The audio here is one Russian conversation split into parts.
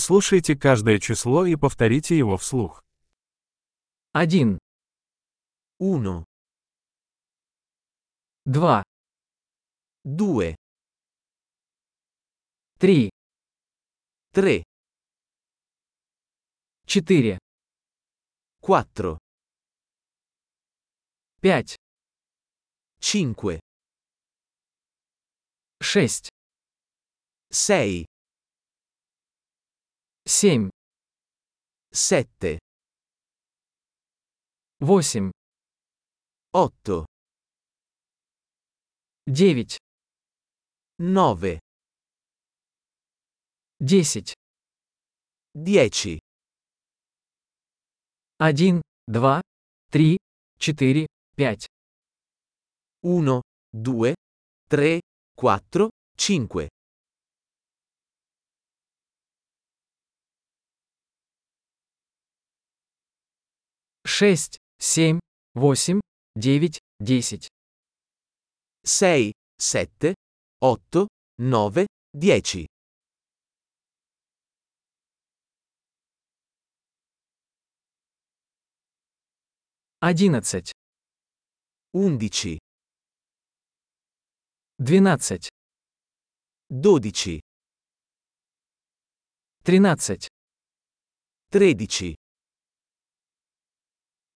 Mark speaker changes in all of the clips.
Speaker 1: Прослушайте каждое число и повторите его вслух.
Speaker 2: 1,
Speaker 3: 1,
Speaker 2: 2,
Speaker 3: 2,
Speaker 2: 3,
Speaker 3: 3, 4,
Speaker 2: 4, 5,
Speaker 3: 5,
Speaker 2: 6,
Speaker 3: 6,
Speaker 2: 7,
Speaker 3: 7,
Speaker 2: 8,
Speaker 3: 8,
Speaker 2: 9,
Speaker 3: 9,
Speaker 2: 10,
Speaker 3: 10,
Speaker 2: 1, 2, 3, 4, 5,
Speaker 3: 1, 2, 3, 4, 5,
Speaker 2: 6, 7, 8, 9, 10,
Speaker 3: 6, 7, 8, 9, 10,
Speaker 2: 11,
Speaker 3: 11,
Speaker 2: 12,
Speaker 3: 12,
Speaker 2: 13,
Speaker 3: 13,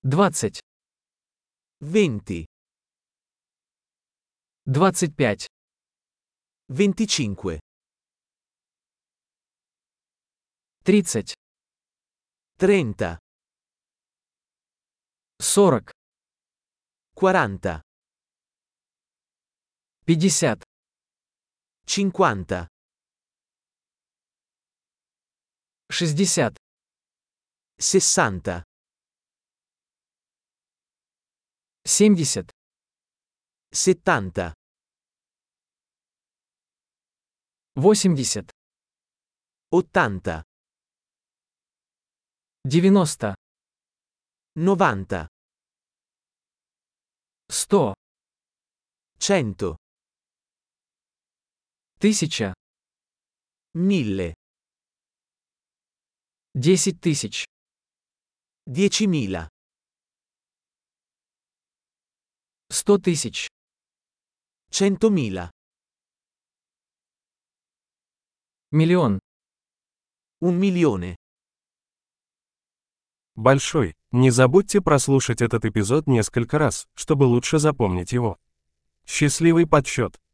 Speaker 2: 20,
Speaker 3: 20,
Speaker 2: 25,
Speaker 3: 25,
Speaker 2: 30,
Speaker 3: 30,
Speaker 2: 40,
Speaker 3: 40,
Speaker 2: 50,
Speaker 3: 50,
Speaker 2: 60,
Speaker 3: 60,
Speaker 2: 70,
Speaker 3: 70,
Speaker 2: 80,
Speaker 3: 80,
Speaker 2: 90,
Speaker 3: 90,
Speaker 2: 100,
Speaker 3: 100,
Speaker 2: 1000,
Speaker 3: 1000,
Speaker 2: 10 тысяч,
Speaker 3: 10.000,
Speaker 2: 100 тысяч,
Speaker 3: 100.000,
Speaker 2: миллион.
Speaker 3: 1 milione.
Speaker 1: Большой. Не забудьте прослушать этот эпизод несколько раз, чтобы лучше запомнить его. Счастливый подсчет!